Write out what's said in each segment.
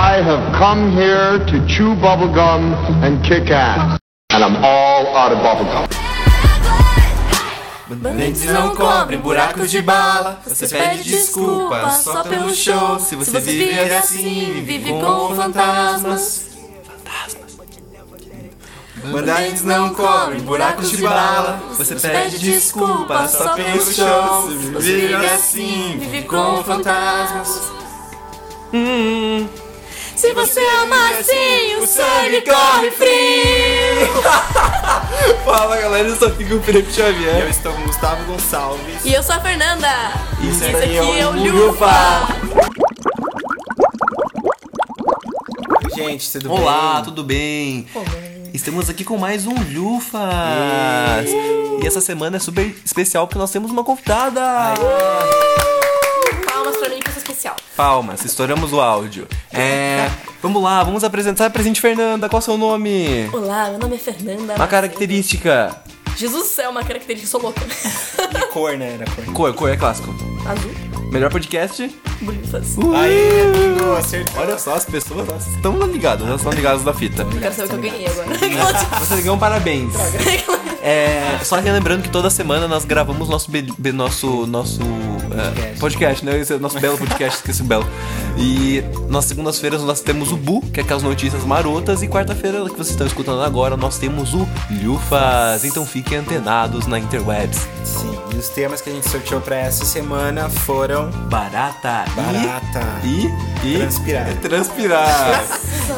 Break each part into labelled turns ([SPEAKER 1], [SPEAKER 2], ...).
[SPEAKER 1] I have come here to chew bubblegum and kick ass. And I'm all out of bubblegum.
[SPEAKER 2] Lentes não cobrem buracos de bala. Você pede desculpa só pelo show. Se você vive assim, vive com fantasmas. Mandantes não cobrem buracos de bala. Você pede desculpa só pelo show. Se você vive assim, vive com fantasmas.
[SPEAKER 3] Se você ama assim, o sangue corre frio.
[SPEAKER 2] Fala galera, eu sou aqui o Felipe Xavier. Eu estou com o Gustavo Gonçalves.
[SPEAKER 3] E eu sou a Fernanda.
[SPEAKER 2] Isso
[SPEAKER 3] E
[SPEAKER 2] aqui é o Gente, tudo bem?
[SPEAKER 4] Olá, tudo bem? Estamos aqui com mais um Lufas! E essa semana é super especial porque nós temos uma convidada!
[SPEAKER 2] é.
[SPEAKER 3] Palmas pra mim, pessoa especial.
[SPEAKER 4] Palmas, estouramos o áudio. É, vamos lá, vamos apresentar. Presente Fernanda, qual é o seu nome?
[SPEAKER 3] Olá, meu nome é Fernanda.
[SPEAKER 4] Uma característica.
[SPEAKER 3] Jesus do céu, uma característica, sou louca.
[SPEAKER 2] Cor, né? Era cor.
[SPEAKER 4] Cor, cor é clássico.
[SPEAKER 3] Azul,
[SPEAKER 4] Melhor podcast.
[SPEAKER 3] bonitas.
[SPEAKER 2] Aí, amigo, acertou.
[SPEAKER 4] Olha só, as pessoas elas estão ligadas, elas estão ligadas da fita.
[SPEAKER 3] Quero saber o que eu ganhei agora.
[SPEAKER 4] Você ganhou um parabéns. É, só lembrando que toda semana nós gravamos nosso be- be- nosso nosso é, podcast. né? Esse é o nosso belo podcast, esqueci o belo. E nas segundas-feiras nós temos o Bu, que é aquelas notícias marotas, e quarta-feira que vocês estão escutando agora nós temos o Lufas. Então fiquem antenados na interwebs.
[SPEAKER 2] Sim, e os temas que a gente sorteou pra essa semana foram
[SPEAKER 4] Barata. e-
[SPEAKER 2] barata.
[SPEAKER 4] E, e
[SPEAKER 2] Transpirar.
[SPEAKER 4] transpirar.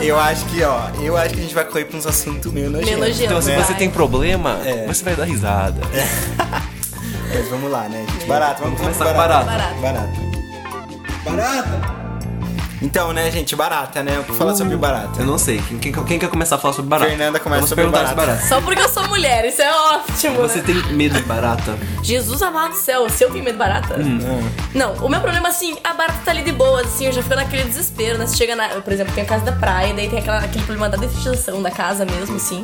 [SPEAKER 2] Eu acho que, ó, eu acho que a gente vai correr pra uns assuntos meio nojentos.
[SPEAKER 3] nojento.
[SPEAKER 4] então se
[SPEAKER 3] Vai.
[SPEAKER 4] você tem problema,
[SPEAKER 2] É.
[SPEAKER 4] você vai dar risada.
[SPEAKER 2] Mas vamos lá, né, gente? Barato, vamos,
[SPEAKER 4] Vamos
[SPEAKER 2] pro
[SPEAKER 4] começar com
[SPEAKER 2] Barato. Barata. Barata. Então, né, gente, barata, né? Eu vou falar sobre o barata.
[SPEAKER 4] Eu não sei. Quem, quem- quem quer começar a falar sobre barata?
[SPEAKER 2] Fernanda começa
[SPEAKER 4] Vamos
[SPEAKER 2] sobre
[SPEAKER 4] perguntar sobre
[SPEAKER 2] barata.
[SPEAKER 4] barata.
[SPEAKER 3] Só porque eu sou mulher, isso é ótimo.
[SPEAKER 4] Você
[SPEAKER 3] né?
[SPEAKER 4] tem medo de barata?
[SPEAKER 3] Jesus amado do céu, se eu tenho medo de barata? Não, o meu problema, assim, a barata tá ali de boas, assim, eu já fico naquele desespero, né? Você chega na. Por exemplo, tem a casa da praia, daí tem aquela- aquele problema da definição da casa mesmo, assim.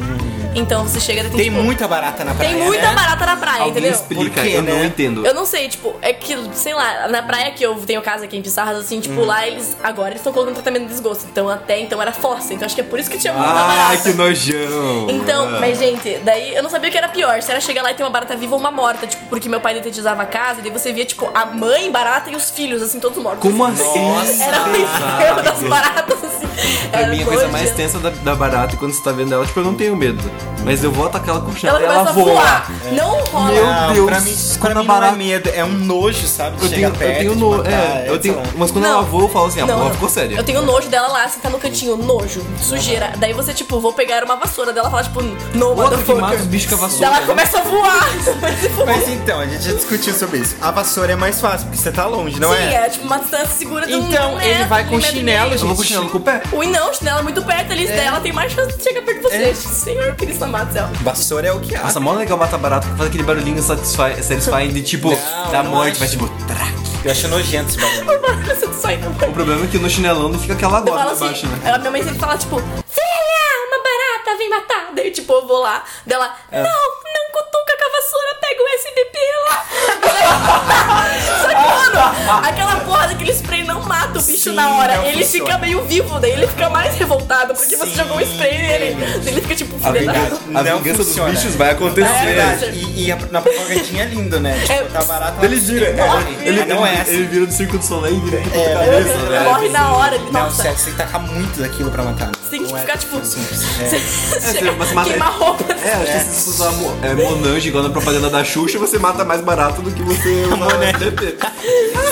[SPEAKER 3] Então você chega e tem,
[SPEAKER 2] Tem
[SPEAKER 3] tipo,
[SPEAKER 2] muita barata na praia,
[SPEAKER 3] Tem muita
[SPEAKER 2] né?
[SPEAKER 3] barata na praia,
[SPEAKER 4] Alguém
[SPEAKER 3] entendeu?
[SPEAKER 4] explica,
[SPEAKER 2] Por quê,
[SPEAKER 4] eu
[SPEAKER 2] né?
[SPEAKER 4] não entendo.
[SPEAKER 3] Eu não sei, tipo, é que, sei lá, na praia que eu tenho casa aqui em Pissarras, assim,
[SPEAKER 4] Uhum.
[SPEAKER 3] tipo, lá eles. Agora eles estão colocando tratamento de desgosto. Então até então era força. Então acho que é por isso que tinha muita
[SPEAKER 4] Ah,
[SPEAKER 3] barata.
[SPEAKER 4] que né? nojão!
[SPEAKER 3] Então, mas gente, daí eu não sabia o que era pior. Se era chegar lá e ter uma barata viva ou uma morta, tipo, porque meu pai detetizava a casa, e daí você via, tipo, a mãe barata e os filhos, assim, todos mortos.
[SPEAKER 4] Como assim?
[SPEAKER 2] Nossa.
[SPEAKER 3] Era o inferno das baratas, assim.
[SPEAKER 4] Pra
[SPEAKER 3] Era
[SPEAKER 4] mim, a coisa
[SPEAKER 3] nojento.
[SPEAKER 4] mais tensa da, da barata, quando você tá vendo ela, tipo, eu não tenho medo. Mas eu vou atacar ela com o chão
[SPEAKER 3] Ela
[SPEAKER 4] e
[SPEAKER 3] começa
[SPEAKER 4] é ela
[SPEAKER 3] a
[SPEAKER 4] voa.
[SPEAKER 3] voar. Não rola.
[SPEAKER 4] Meu
[SPEAKER 2] Não,
[SPEAKER 4] Deus,
[SPEAKER 2] pra mim, pra
[SPEAKER 4] quando a
[SPEAKER 2] mim não é
[SPEAKER 4] barata-
[SPEAKER 2] medo, é um nojo, sabe? De
[SPEAKER 4] Eu tenho,
[SPEAKER 2] chegar
[SPEAKER 4] eu
[SPEAKER 2] perto,
[SPEAKER 4] tenho
[SPEAKER 2] de
[SPEAKER 4] no,
[SPEAKER 2] matar, então.
[SPEAKER 4] é, eu
[SPEAKER 2] sei
[SPEAKER 4] tenho,
[SPEAKER 2] lá.
[SPEAKER 4] mas quando ela voa, eu falo assim, a porra ficou séria. Ah.
[SPEAKER 3] Eu tenho nojo dela lá, assim, tá no cantinho, nojo, sujeira. Daí você, tipo, vou pegar uma vassoura dela, fala, tipo, no
[SPEAKER 4] Outra que mata
[SPEAKER 3] motherfucker.
[SPEAKER 4] os bichos com a
[SPEAKER 3] Daí
[SPEAKER 4] vassoura. né?
[SPEAKER 3] ela começa a voar. tipo, Vai se fuder.
[SPEAKER 2] Mas então, a gente já discutiu sobre isso. A vassoura é mais fácil, porque você tá longe, não
[SPEAKER 3] Sim,
[SPEAKER 2] é?
[SPEAKER 3] é, tipo, uma distância segura de um de um
[SPEAKER 2] Então, ele
[SPEAKER 3] metro,
[SPEAKER 2] vai
[SPEAKER 3] um
[SPEAKER 2] com
[SPEAKER 3] metro e
[SPEAKER 2] chinelo,
[SPEAKER 3] meio.
[SPEAKER 4] Eu vou com
[SPEAKER 2] gente.
[SPEAKER 4] chinelo com o pé.
[SPEAKER 3] Ui, não, o chinelo é muito perto ali, daí ela tem mais chance de chegar perto de você. Tipo,
[SPEAKER 2] É.
[SPEAKER 3] Senhor Cristo amado do céu.
[SPEAKER 2] Vassoura é o que há.
[SPEAKER 4] Nossa, mó legal matar barata, faz aquele barulhinho satisfa- satisfying de tipo,
[SPEAKER 2] Não,
[SPEAKER 4] da
[SPEAKER 2] não é.
[SPEAKER 4] morte,
[SPEAKER 2] acho.
[SPEAKER 4] mas tipo, traque.
[SPEAKER 2] Eu acho nojento esse bagulho.
[SPEAKER 3] Você não sai não.
[SPEAKER 4] O problema é que no chinelão não fica aquela
[SPEAKER 3] Eu falo
[SPEAKER 4] gola
[SPEAKER 3] assim,
[SPEAKER 4] embaixo, né?
[SPEAKER 3] ela- minha mãe sempre fala, tipo, filha, uma barata, vem matar. Daí, tipo, eu vou lá, dela, não,
[SPEAKER 2] É.
[SPEAKER 3] não cutuca com a vassoura, pega o USB pila. Só que, mano, aquela porra daquele spray não mata o bicho
[SPEAKER 2] Sim,
[SPEAKER 3] na hora.
[SPEAKER 2] não
[SPEAKER 3] Ele
[SPEAKER 2] funciona.
[SPEAKER 3] fica meio vivo, daí ele fica mais revoltado, porque você
[SPEAKER 2] Sim.
[SPEAKER 3] jogou um spray nele. Daí ele fica, tipo,
[SPEAKER 4] A
[SPEAKER 3] filho da
[SPEAKER 4] vingança, a
[SPEAKER 2] Não
[SPEAKER 4] vingança dos
[SPEAKER 2] funciona.
[SPEAKER 4] bichos vai
[SPEAKER 3] É
[SPEAKER 4] acontecer.
[SPEAKER 3] verdade.
[SPEAKER 2] E, e a, na propagandinha é lindo, né? Tipo,
[SPEAKER 3] É.
[SPEAKER 2] tá barato.
[SPEAKER 4] Ele vira, é,
[SPEAKER 3] Morre.
[SPEAKER 4] ele,
[SPEAKER 2] Não é
[SPEAKER 4] ele-
[SPEAKER 2] essa.
[SPEAKER 4] ele vira do Circo do Soleil e vira
[SPEAKER 2] É,
[SPEAKER 4] é, cabeça,
[SPEAKER 2] é.
[SPEAKER 4] velho.
[SPEAKER 3] Morre na hora, ele,
[SPEAKER 2] Não,
[SPEAKER 3] nossa.
[SPEAKER 2] sério, você tem que tacar muito daquilo pra matar.
[SPEAKER 3] Você tem que
[SPEAKER 2] Não é
[SPEAKER 3] ficar, tipo,
[SPEAKER 2] simples.
[SPEAKER 3] você
[SPEAKER 2] É.
[SPEAKER 3] chega,
[SPEAKER 4] mas mata-
[SPEAKER 3] queima a roupa.
[SPEAKER 4] É, acho que se você usar mo- é, Monange igual na propaganda da Xuxa, você mata mais barato do que você usar DP.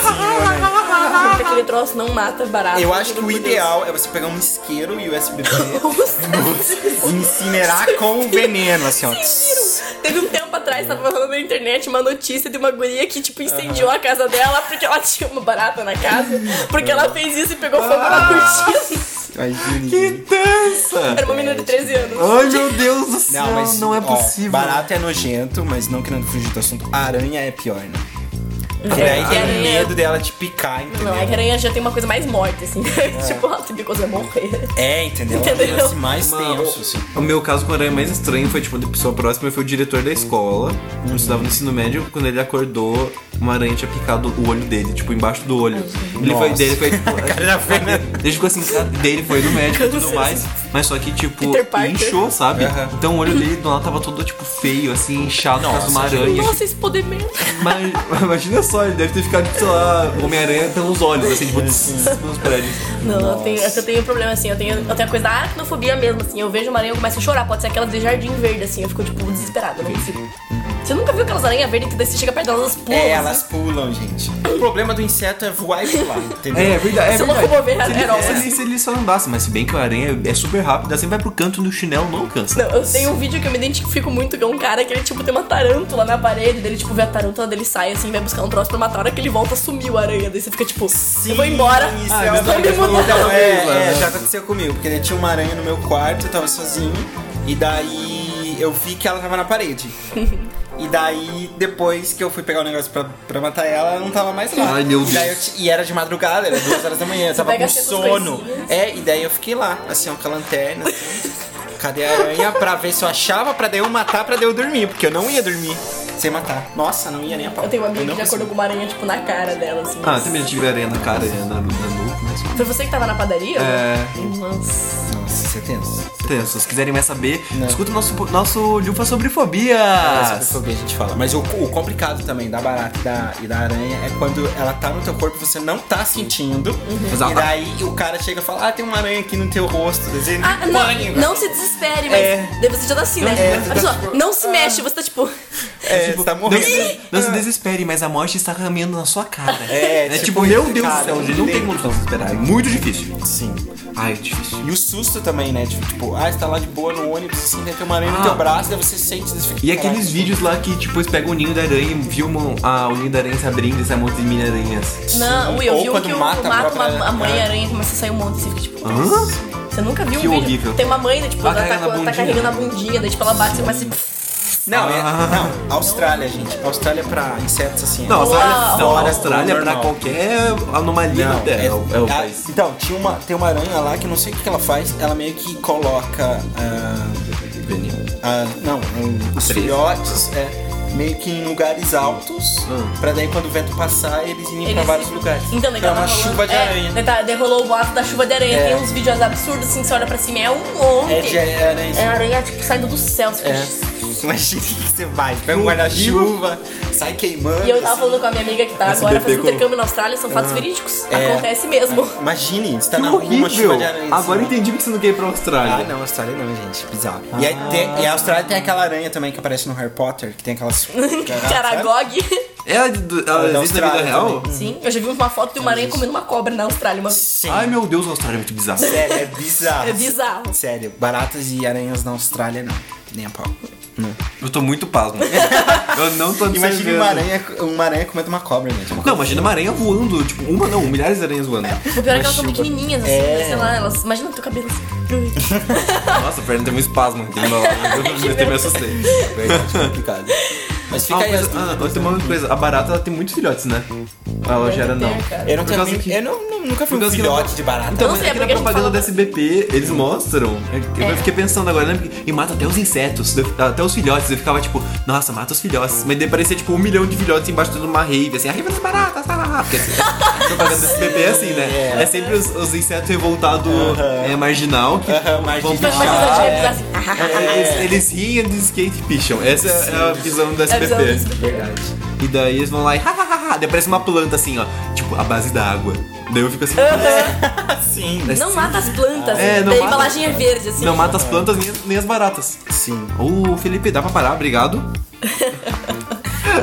[SPEAKER 3] Aquele troço não mata barata.
[SPEAKER 2] Eu acho que o
[SPEAKER 3] Meu Deus.
[SPEAKER 2] ideal é você pegar um isqueiro e o USB
[SPEAKER 3] Nossa.
[SPEAKER 2] e incinerar com o veneno, assim, ó.
[SPEAKER 3] Vocês viram? Teve um tempo atrás, tava falando na internet uma notícia de uma guria que, tipo, incendiou a casa dela porque ela tinha uma barata na casa. Porque ela fez isso e pegou fogo na cortina.
[SPEAKER 2] Imagina.
[SPEAKER 4] Que dança!
[SPEAKER 3] Era uma menina de 13 anos.
[SPEAKER 4] Ai meu Deus do céu,
[SPEAKER 2] Não,
[SPEAKER 4] não,
[SPEAKER 2] mas
[SPEAKER 4] é
[SPEAKER 2] ó,
[SPEAKER 4] possível.
[SPEAKER 2] barato é nojento, mas não querendo fugir do assunto, aranha é pior, né? E
[SPEAKER 3] É,
[SPEAKER 2] aí
[SPEAKER 3] que
[SPEAKER 2] tem
[SPEAKER 3] aranha-
[SPEAKER 2] medo dela te
[SPEAKER 3] Não,
[SPEAKER 2] picar,
[SPEAKER 3] é que
[SPEAKER 2] entendeu?
[SPEAKER 3] a aranha já tem uma coisa mais morta, assim. tipo, ah, tu picou, você vai morrer.
[SPEAKER 2] É, entendeu? É um
[SPEAKER 3] Entendeu?
[SPEAKER 2] lance mais
[SPEAKER 4] Uma-
[SPEAKER 2] tenso, assim.
[SPEAKER 4] O meu caso com a aranha mais estranho foi, tipo, uma pessoa próxima foi o diretor da escola. Eu estudava no ensino médio, quando ele acordou, uma aranha tinha picado o olho dele, tipo, embaixo do olho. Ele foi
[SPEAKER 2] Nossa.
[SPEAKER 4] dele, foi tipo.
[SPEAKER 2] Já foi, né?
[SPEAKER 4] Ele ficou assim, cara, dele foi no médico e tudo
[SPEAKER 3] Câncer.
[SPEAKER 4] mais. Mas só que, tipo,
[SPEAKER 3] Peter Parker.
[SPEAKER 4] inchou, sabe?
[SPEAKER 2] Aham.
[SPEAKER 4] Então o olho dele do lado tava todo, tipo, feio, assim, inchado por causa de uma
[SPEAKER 2] Nossa,
[SPEAKER 4] aranha.
[SPEAKER 3] Nossa, esse poder mesmo.
[SPEAKER 4] Mas imagina só, ele deve ter ficado, tipo, sei lá, Homem-Aranha pelos olhos, assim, tipo, nos prédios.
[SPEAKER 3] Não, eu tenho, eu tenho problema, assim. Eu tenho, eu tenho a coisa da aracnofobia mesmo, assim. Eu vejo uma aranha e eu começo a chorar. Pode ser aquelas de jardim verde, assim. Eu fico, tipo, desesperada. eu Não consigo. Você nunca viu aquelas aranhas verdes que daí você chega perto delas, elas pulam?
[SPEAKER 2] É,
[SPEAKER 3] assim?
[SPEAKER 2] elas pulam, gente. O problema do inseto é voar e pular, entendeu?
[SPEAKER 4] É, é verdade. É
[SPEAKER 3] Se eu
[SPEAKER 4] verdade.
[SPEAKER 3] locomover,
[SPEAKER 4] se, ele,
[SPEAKER 3] era
[SPEAKER 4] é,
[SPEAKER 3] ótimo.
[SPEAKER 4] se ele só andasse, mas se bem que o aranha é super rápido, assim vai pro canto do chinelo, não alcança.
[SPEAKER 3] Não, eu tenho um vídeo que eu me identifico muito que é um cara que ele, tipo, tem uma tarântula na parede dele, tipo, vê a tarântula dele sai assim, vai buscar um troço pra matar. A hora que ele volta, sumiu a aranha. Daí você fica, tipo, eu vou embora.
[SPEAKER 2] Isso
[SPEAKER 4] Ah,
[SPEAKER 2] é
[SPEAKER 4] mas
[SPEAKER 2] outra
[SPEAKER 4] também
[SPEAKER 2] coisa.
[SPEAKER 4] mudou.
[SPEAKER 2] Então, é, é,
[SPEAKER 4] Né?
[SPEAKER 2] já aconteceu comigo, porque daí tinha uma aranha no meu quarto, eu tava sozinho, e daí eu vi que ela tava na parede. E daí, depois que eu fui pegar o negócio pra, pra matar ela, ela não tava mais lá.
[SPEAKER 4] Ai, meu
[SPEAKER 2] e, daí eu
[SPEAKER 4] Deus.
[SPEAKER 2] ti- e era de madrugada, era duas horas da manhã, eu tava
[SPEAKER 3] pega
[SPEAKER 2] com
[SPEAKER 3] essas
[SPEAKER 2] sono.
[SPEAKER 3] coisinhas.
[SPEAKER 2] É, e daí eu fiquei lá, assim, ó, com a lanterna, assim, cadê a aranha? Pra ver se eu achava, pra daí eu matar, pra daí eu dormir, porque eu não ia dormir sem matar. Nossa, não ia nem a pau.
[SPEAKER 3] Eu tenho uma amiga
[SPEAKER 2] não
[SPEAKER 3] que já
[SPEAKER 2] consigo.
[SPEAKER 3] acordou com uma aranha, tipo, na cara dela, assim.
[SPEAKER 4] Ah, eu também já tive aranha na cara, na, na nuca, mas...
[SPEAKER 3] Foi você que tava na padaria?
[SPEAKER 4] É.
[SPEAKER 3] Nossa.
[SPEAKER 2] Nossa, você é tenso.
[SPEAKER 4] Então, se vocês quiserem mais saber, escuta o nosso, nosso Jufa sobre fobias.
[SPEAKER 2] Sobre fobia a gente fala. Mas o, o complicado também da barata e da, e da aranha é quando ela tá no teu corpo e você não tá sentindo.
[SPEAKER 4] Mas ela
[SPEAKER 2] E
[SPEAKER 4] tá-
[SPEAKER 2] daí o cara chega e fala: Ah, tem uma aranha aqui no teu rosto. tipo, Dizendo,
[SPEAKER 3] Ah, não, não se desespere, mas
[SPEAKER 2] né? É.
[SPEAKER 3] daí você já tá assim, né?
[SPEAKER 2] É,
[SPEAKER 3] Olha
[SPEAKER 2] você tá
[SPEAKER 3] só,
[SPEAKER 2] tipo,
[SPEAKER 3] não se mexe, você tá tipo.
[SPEAKER 2] É, tipo, tá
[SPEAKER 4] Não
[SPEAKER 2] morrendo.
[SPEAKER 4] se, não se desespere, mas a morte está caminhando na sua cara.
[SPEAKER 2] É,
[SPEAKER 4] tipo,
[SPEAKER 2] tipo,
[SPEAKER 4] meu Deus
[SPEAKER 2] cara,
[SPEAKER 4] do céu,
[SPEAKER 2] não
[SPEAKER 4] gente, não
[SPEAKER 2] tem
[SPEAKER 4] tem condição de se esperar. É muito difícil.
[SPEAKER 2] Sim.
[SPEAKER 4] Ai, é difícil.
[SPEAKER 2] E o susto também, né? Tipo, tipo, ah, você tá lá de boa no ônibus, assim, daí tem uma aranha
[SPEAKER 4] Ah.
[SPEAKER 2] no teu braço, daí você sente você fica,
[SPEAKER 4] E aqueles
[SPEAKER 2] "Caraca".
[SPEAKER 4] vídeos lá que, tipo, eles pegam o ninho da aranha e filmam ah, o ninho da aranha se abrindo e sai um monte de mini-aranhas.
[SPEAKER 3] Não, Will,
[SPEAKER 2] Ou
[SPEAKER 3] viu
[SPEAKER 2] quando
[SPEAKER 3] que o
[SPEAKER 2] mata
[SPEAKER 3] mata
[SPEAKER 2] a própria-
[SPEAKER 3] uma, a mãe
[SPEAKER 2] é.
[SPEAKER 3] aranha e começa a sair um monte, você fica tipo.
[SPEAKER 4] Hã?
[SPEAKER 3] Você nunca viu
[SPEAKER 4] Que
[SPEAKER 3] um vídeo?
[SPEAKER 4] horrível.
[SPEAKER 3] Tem uma mãe, né, tipo,
[SPEAKER 4] Ah,
[SPEAKER 3] ela tá,
[SPEAKER 4] carrega na
[SPEAKER 3] ela tá
[SPEAKER 4] bundinha.
[SPEAKER 3] carregando a bundinha, daí tipo, ela bate e começa assim.
[SPEAKER 2] Não, é,
[SPEAKER 4] Ah.
[SPEAKER 2] não, Austrália, gente. Austrália é pra insetos assim. é
[SPEAKER 4] Não, a Austrália,
[SPEAKER 3] Uau.
[SPEAKER 4] não, a Austrália é pra
[SPEAKER 2] Normal.
[SPEAKER 4] qualquer anomalia
[SPEAKER 2] Não,
[SPEAKER 4] da Terra. É, o- é o
[SPEAKER 2] ah,
[SPEAKER 4] país.
[SPEAKER 2] Então, tinha uma, tem uma aranha lá que eu não sei o que que ela faz, ela meio que coloca. ah, ah, não, um, os
[SPEAKER 4] presa.
[SPEAKER 2] filhotes, é. Meio que em lugares altos,
[SPEAKER 4] Hum.
[SPEAKER 2] pra daí quando o vento passar, eles irem pra
[SPEAKER 3] Eles-
[SPEAKER 2] vários lugares.
[SPEAKER 3] Então, daí
[SPEAKER 2] é uma
[SPEAKER 3] tá rolando-
[SPEAKER 2] chuva de
[SPEAKER 3] é,
[SPEAKER 2] aranha.
[SPEAKER 3] daí tá- daí rolou o boato da chuva de aranha.
[SPEAKER 2] É.
[SPEAKER 3] Tem uns vídeos absurdos assim, você olha pra cima, é um monte.
[SPEAKER 2] É de aranha.
[SPEAKER 3] É aranha, tipo, saindo do céu. Você fica,
[SPEAKER 2] É. Imagina que você vai, pega um guarda-chuva, sai queimando.
[SPEAKER 3] E eu tava
[SPEAKER 2] assim.
[SPEAKER 3] falando com a minha amiga que tá
[SPEAKER 4] Esse
[SPEAKER 3] agora
[SPEAKER 4] bebê
[SPEAKER 3] fazendo
[SPEAKER 4] com-
[SPEAKER 3] intercâmbio na Austrália, são fatos verídicos.
[SPEAKER 2] É.
[SPEAKER 3] Acontece mesmo.
[SPEAKER 2] Imagine, você tá
[SPEAKER 4] Que
[SPEAKER 2] na rua, uma chuva de aranha.
[SPEAKER 4] horrível! Agora
[SPEAKER 2] assim.
[SPEAKER 4] entendi porque você não quer ir pra
[SPEAKER 2] Ah,
[SPEAKER 4] Austrália.
[SPEAKER 2] não, Austrália não, gente. Bizarro. E, aí
[SPEAKER 4] Ah.
[SPEAKER 2] tem- e a Austrália tem aquela aranha também que aparece no Harry Potter, que tem aquelas. Sabe?
[SPEAKER 3] Caragog.
[SPEAKER 4] Ela, É do- ela
[SPEAKER 2] É da
[SPEAKER 4] existe na vida
[SPEAKER 2] Austrália
[SPEAKER 4] real?
[SPEAKER 3] Sim, eu já vi uma foto de uma aranha comendo uma cobra na Austrália uma vez.
[SPEAKER 2] Sim.
[SPEAKER 4] Ai meu Deus, a Austrália é muito bizarra.
[SPEAKER 2] Sério, é bizarro.
[SPEAKER 3] É bizarro.
[SPEAKER 2] Sério, baratas e aranhas na Austrália, não. Nem a pau.
[SPEAKER 4] Eu tô muito pasmo. Eu não tô
[SPEAKER 2] Imagina
[SPEAKER 4] observando.
[SPEAKER 2] uma aranha, uma aranha comendo uma cobra, gente. Uma
[SPEAKER 4] Não, imagina uma aranha voando, tipo, uma não, milhares de aranhas voando.
[SPEAKER 3] O pior é que elas são pequenininhas, assim,
[SPEAKER 2] É.
[SPEAKER 3] né, sei lá, elas. Imagina o teu cabelo assim.
[SPEAKER 4] Nossa, a perna teve um espasmo aqui no meu lado. Eu até me assustei.
[SPEAKER 2] verdade, é complicado. Mas fica
[SPEAKER 4] Ah,
[SPEAKER 2] aí.
[SPEAKER 4] mas,
[SPEAKER 2] as
[SPEAKER 4] ah,
[SPEAKER 2] dúvidas,
[SPEAKER 4] tem
[SPEAKER 2] né?
[SPEAKER 4] uma coisa, a barata ela tem muitos filhotes, né? Ela gera
[SPEAKER 3] ter,
[SPEAKER 4] não.
[SPEAKER 3] cara.
[SPEAKER 2] Eu, não
[SPEAKER 4] Por
[SPEAKER 2] tenho,
[SPEAKER 4] causa que-
[SPEAKER 2] eu não- não- nunca fui
[SPEAKER 4] Por
[SPEAKER 2] um
[SPEAKER 4] causa que-
[SPEAKER 2] filhote de barata.
[SPEAKER 4] Então,
[SPEAKER 3] não
[SPEAKER 4] mas
[SPEAKER 3] sei,
[SPEAKER 4] é que na
[SPEAKER 3] porque a gente
[SPEAKER 4] propaganda
[SPEAKER 3] fala-
[SPEAKER 4] do SBT, eles mostram. Eu
[SPEAKER 3] É.
[SPEAKER 4] fiquei pensando agora, lembra? que- E mata até os insetos, eu- até os filhotes. Eu ficava tipo, nossa, mata os filhotes. Mas daí parecia tipo um milhão de filhotes embaixo de uma rave, assim, a rave das baratas, tá lá. Porque assim, a propaganda do SBT é assim, né? É, sempre os, os insetos revoltados é, marginal que
[SPEAKER 2] Aham,
[SPEAKER 4] vão
[SPEAKER 2] marginal.
[SPEAKER 3] Mas elas
[SPEAKER 2] Ah,
[SPEAKER 4] pichar.
[SPEAKER 3] já ficam assim. ah,
[SPEAKER 4] É, Eles, eles riem de skate e picham. Essa é a visão do
[SPEAKER 3] a visão do
[SPEAKER 4] SBT.
[SPEAKER 3] SBT.
[SPEAKER 2] Verdade.
[SPEAKER 4] E daí eles vão lá e hahaha, daí aparece uma planta assim, ó, tipo, a base da água. Daí eu fico assim,
[SPEAKER 2] Sim.
[SPEAKER 3] Não mata as plantas.
[SPEAKER 4] É, não
[SPEAKER 3] daí a
[SPEAKER 4] mata.
[SPEAKER 3] embalagem é verde, assim.
[SPEAKER 4] não mata as plantas nem, nem as baratas.
[SPEAKER 2] Sim.
[SPEAKER 4] Ô, Felipe, dá pra parar, obrigado.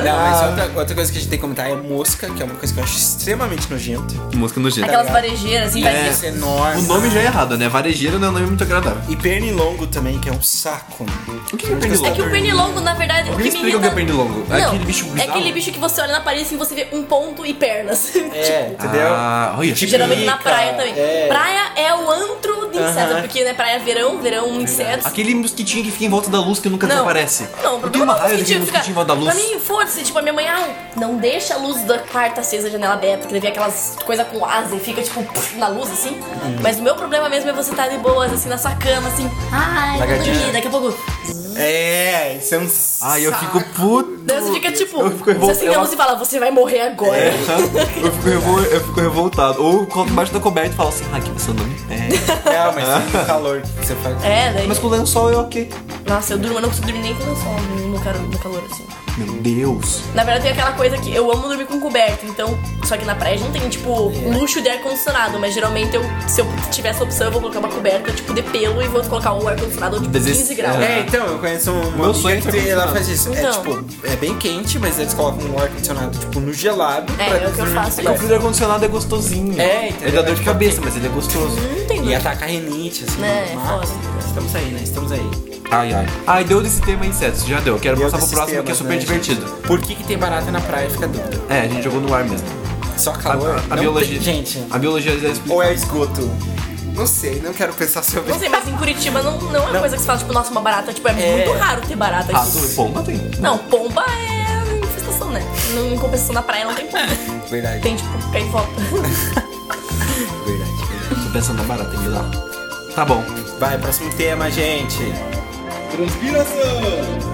[SPEAKER 2] Não, mas outra, outra coisa que a gente tem que comentar é mosca, que é uma coisa que eu acho extremamente nojenta.
[SPEAKER 4] Mosca nojenta.
[SPEAKER 3] Aquelas varejeiras, assim, vai-
[SPEAKER 2] Isso, enorme.
[SPEAKER 4] É. O nome já é errado, né? Varejeira não é um nome muito agradável.
[SPEAKER 2] E pernilongo também, que é um saco. né?
[SPEAKER 4] O que é
[SPEAKER 3] É que
[SPEAKER 4] pernilongo?
[SPEAKER 3] o pernilongo, na verdade, o que
[SPEAKER 4] Alguém
[SPEAKER 3] me
[SPEAKER 4] explica o que é
[SPEAKER 3] irrita-
[SPEAKER 4] pernilongo. É
[SPEAKER 3] Não,
[SPEAKER 4] aquele bicho
[SPEAKER 3] É
[SPEAKER 4] bizarro.
[SPEAKER 3] aquele bicho que você olha na parede assim, você vê um ponto e pernas.
[SPEAKER 2] É, entendeu?
[SPEAKER 4] Ah, olha.
[SPEAKER 2] Tipo,
[SPEAKER 3] Geralmente na
[SPEAKER 2] Pica,
[SPEAKER 3] praia também.
[SPEAKER 2] é.
[SPEAKER 3] Praia é o antro de inseto,
[SPEAKER 2] Aham.
[SPEAKER 3] porque né, praia é verão, verão, insetos.
[SPEAKER 4] Aquele mosquitinho que fica em volta da luz que nunca desaparece.
[SPEAKER 3] é Não, o
[SPEAKER 4] eu tenho
[SPEAKER 3] problema
[SPEAKER 4] uma
[SPEAKER 3] não é o
[SPEAKER 4] raiva daquele
[SPEAKER 3] mosquitinho
[SPEAKER 4] mosquitinho
[SPEAKER 3] que
[SPEAKER 4] em volta da luz.
[SPEAKER 3] Pra mim, foda-se, tipo, a minha mãe, ah, não deixa a luz da quarta acesa, a janela aberta, porque vem aquelas coisas com asa e fica, tipo, puf, na luz, assim.
[SPEAKER 4] Hum.
[SPEAKER 3] Mas o meu problema mesmo é você estar de boas, assim, na sua cama, assim, ai, vou
[SPEAKER 4] gatinha.
[SPEAKER 3] dormir, daqui a pouco...
[SPEAKER 2] É, isso é um.
[SPEAKER 4] Ai, eu fico puto.
[SPEAKER 3] Daí você fica, tipo,
[SPEAKER 4] Eu fico
[SPEAKER 3] você acende a
[SPEAKER 4] revoltado.
[SPEAKER 3] luz e fala, você vai morrer agora.
[SPEAKER 4] eu, fico revol- eu fico revoltado. Ou eu coloco embaixo da coberta e falo assim, ah, que você não me pega.
[SPEAKER 2] É, mas tem o calor que você faz.
[SPEAKER 3] É, daí...
[SPEAKER 4] Mas com o lençol eu ok.
[SPEAKER 3] Nossa, eu durmo, eu não consigo dormir nem com o sol no, caro- no calor, assim.
[SPEAKER 4] Meu Deus.
[SPEAKER 3] Na verdade, tem aquela coisa que eu amo dormir com coberta, então. Só que na praia a gente não tem, tipo, luxo de ar-condicionado, mas geralmente eu, se eu tiver essa opção, eu vou colocar uma coberta, tipo, de pelo e vou colocar o ar-condicionado de
[SPEAKER 4] Desist-
[SPEAKER 3] 15 graus.
[SPEAKER 4] É.
[SPEAKER 2] É, então, eu conheço uma
[SPEAKER 4] Meu sonho é
[SPEAKER 2] amiga que
[SPEAKER 4] ter
[SPEAKER 2] ela
[SPEAKER 4] ar-condicionado.
[SPEAKER 2] faz isso. É
[SPEAKER 3] Então.
[SPEAKER 2] tipo, é bem quente, mas eles colocam um ar-condicionado, tipo, no gelado.
[SPEAKER 3] É,
[SPEAKER 2] pra
[SPEAKER 3] é o que eu
[SPEAKER 2] dormir
[SPEAKER 3] faço.
[SPEAKER 4] É, o frio do ar-condicionado é gostosinho.
[SPEAKER 2] É, entendeu? Uhum.
[SPEAKER 4] Ele dá dor de cabeça, mas ele é gostoso.
[SPEAKER 3] Não tem
[SPEAKER 2] E
[SPEAKER 3] luxo.
[SPEAKER 2] ataca renite, assim.
[SPEAKER 3] Né,
[SPEAKER 2] mas
[SPEAKER 3] foda.
[SPEAKER 2] Estamos aí, né? Estamos aí.
[SPEAKER 4] Ai, ai. Ai, deu desse tema insetos. Já deu. Quero passar pro
[SPEAKER 2] desses
[SPEAKER 4] próximo que é
[SPEAKER 2] temas,
[SPEAKER 4] super
[SPEAKER 2] né,
[SPEAKER 4] divertido.
[SPEAKER 2] gente? Por que, que tem barata na praia? Fica dúvida.
[SPEAKER 4] É, a gente jogou no ar mesmo.
[SPEAKER 2] Só
[SPEAKER 4] A,
[SPEAKER 2] calor.
[SPEAKER 4] a- a
[SPEAKER 2] Não
[SPEAKER 4] biologia.
[SPEAKER 2] tem- gente.
[SPEAKER 4] A biologia já explica.
[SPEAKER 2] Ou é esgoto? Não sei, não quero pensar sobre
[SPEAKER 3] Não sei, mas em Curitiba não, não é uma coisa que você fala, tipo, nossa, uma barata, tipo, é,
[SPEAKER 2] É.
[SPEAKER 3] muito raro ter barata aqui.
[SPEAKER 4] Rato e pomba tem.
[SPEAKER 3] Não, pomba é infestação, né? Não- Em compensação na praia não tem pomba.
[SPEAKER 2] Verdade,
[SPEAKER 3] Tem, tipo, caipora.
[SPEAKER 2] verdade, verdade.
[SPEAKER 4] Tô pensando na barata, tem que lá. Tá bom.
[SPEAKER 2] Vai, próximo tema, gente. Transpiração!